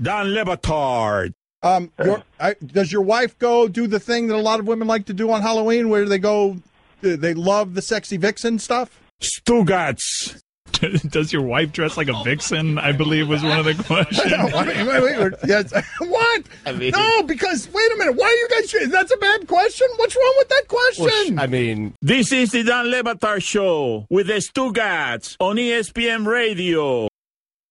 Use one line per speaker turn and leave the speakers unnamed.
Don Lebatard.
Um, your, I, does your wife go do the thing that a lot of women like to do on Halloween, where they go, they love the sexy vixen stuff?
Stugatz.
Does your wife dress like a vixen? I believe was one of the questions.
No, I mean, wait, wait, wait, yes. what?
I mean-
no, because wait a minute. Why are you guys? That's a bad question. What's wrong with that question?
I mean,
E This is the Don Lebatard Show with the Stugatz on ESPN Radio.